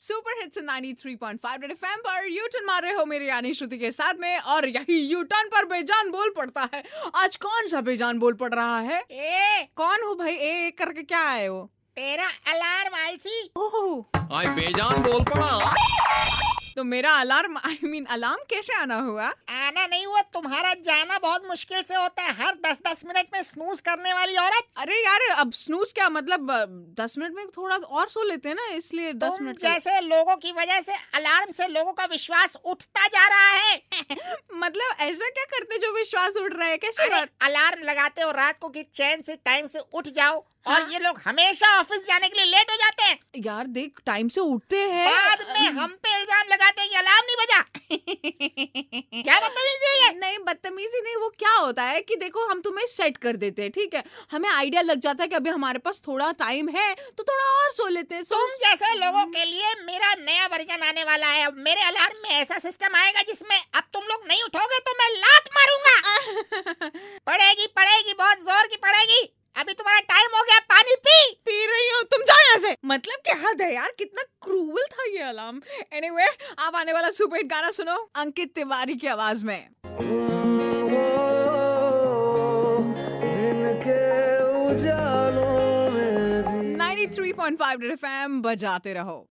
Super hits 93.5 Red FM पर U turn मार रहे हो मेरी यानी श्रुति के साथ में और यही यू टर्न पर बेजान बोल पड़ता है आज कौन सा बेजान बोल पड़ रहा है ए कौन हो भाई ए ए करके क्या आए हो तेरा अलार्म आलसी ओह आए बेजान बोल पड़ा तो मेरा अलार्म आई मीन अलार्म कैसे आना हुआ आना नहीं वो तुम्हारा जाना बहुत मुश्किल से होता है हर दस दस मिनट में स्नूज करने वाली औरत अरे यार अब स्नूज क्या मतलब अ, दस मिनट में थोड़ा और सो लेते हैं ना इसलिए दस तुम मिनट का- जैसे लोगों की वजह से अलार्म से लोगों का विश्वास उठता जा रहा है मतलब ऐसा क्या करते जो विश्वास उठ रहा है कैसे अरे बात अलार्म लगाते हो रात को कि चैन से टाइम से उठ जाओ हाँ। और ये लोग हमेशा ऑफिस जाने के लिए लेट हो जाते हैं यार देख टाइम से उठते हैं बाद में हम पे इल्जाम लगाते हैं कि अलार्म नहीं बजा क्या बदतमीजी है ये? नहीं बदतमीजी नहीं वो क्या होता है कि देखो हम तुम्हें सेट कर देते हैं ठीक है हमें आइडिया लग जाता है कि अभी हमारे पास थोड़ा टाइम है तो थोड़ा और सो लेते हैं सो तुम जैसे लोगों के लिए मेरा नया वर्जन आने वाला है अब मेरे अलार्म में ऐसा सिस्टम आएगा जिसमें अब तुम लोग नहीं उठोगे तो मैं लात मारूंगा पड़ेगी पड़ेगी बहुत जोर की पड़ेगी अभी तुम्हारा टाइम हो गया पानी पी पी रही हो तुम जाओ यहाँ से मतलब क्या हद है यार कितना क्रूवल था ये अलार्म एनीवे anyway, आप आने वाला सुपर हिट गाना सुनो अंकित तिवारी की आवाज में इनके उजालों में भी 93.5 थ्री बजाते रहो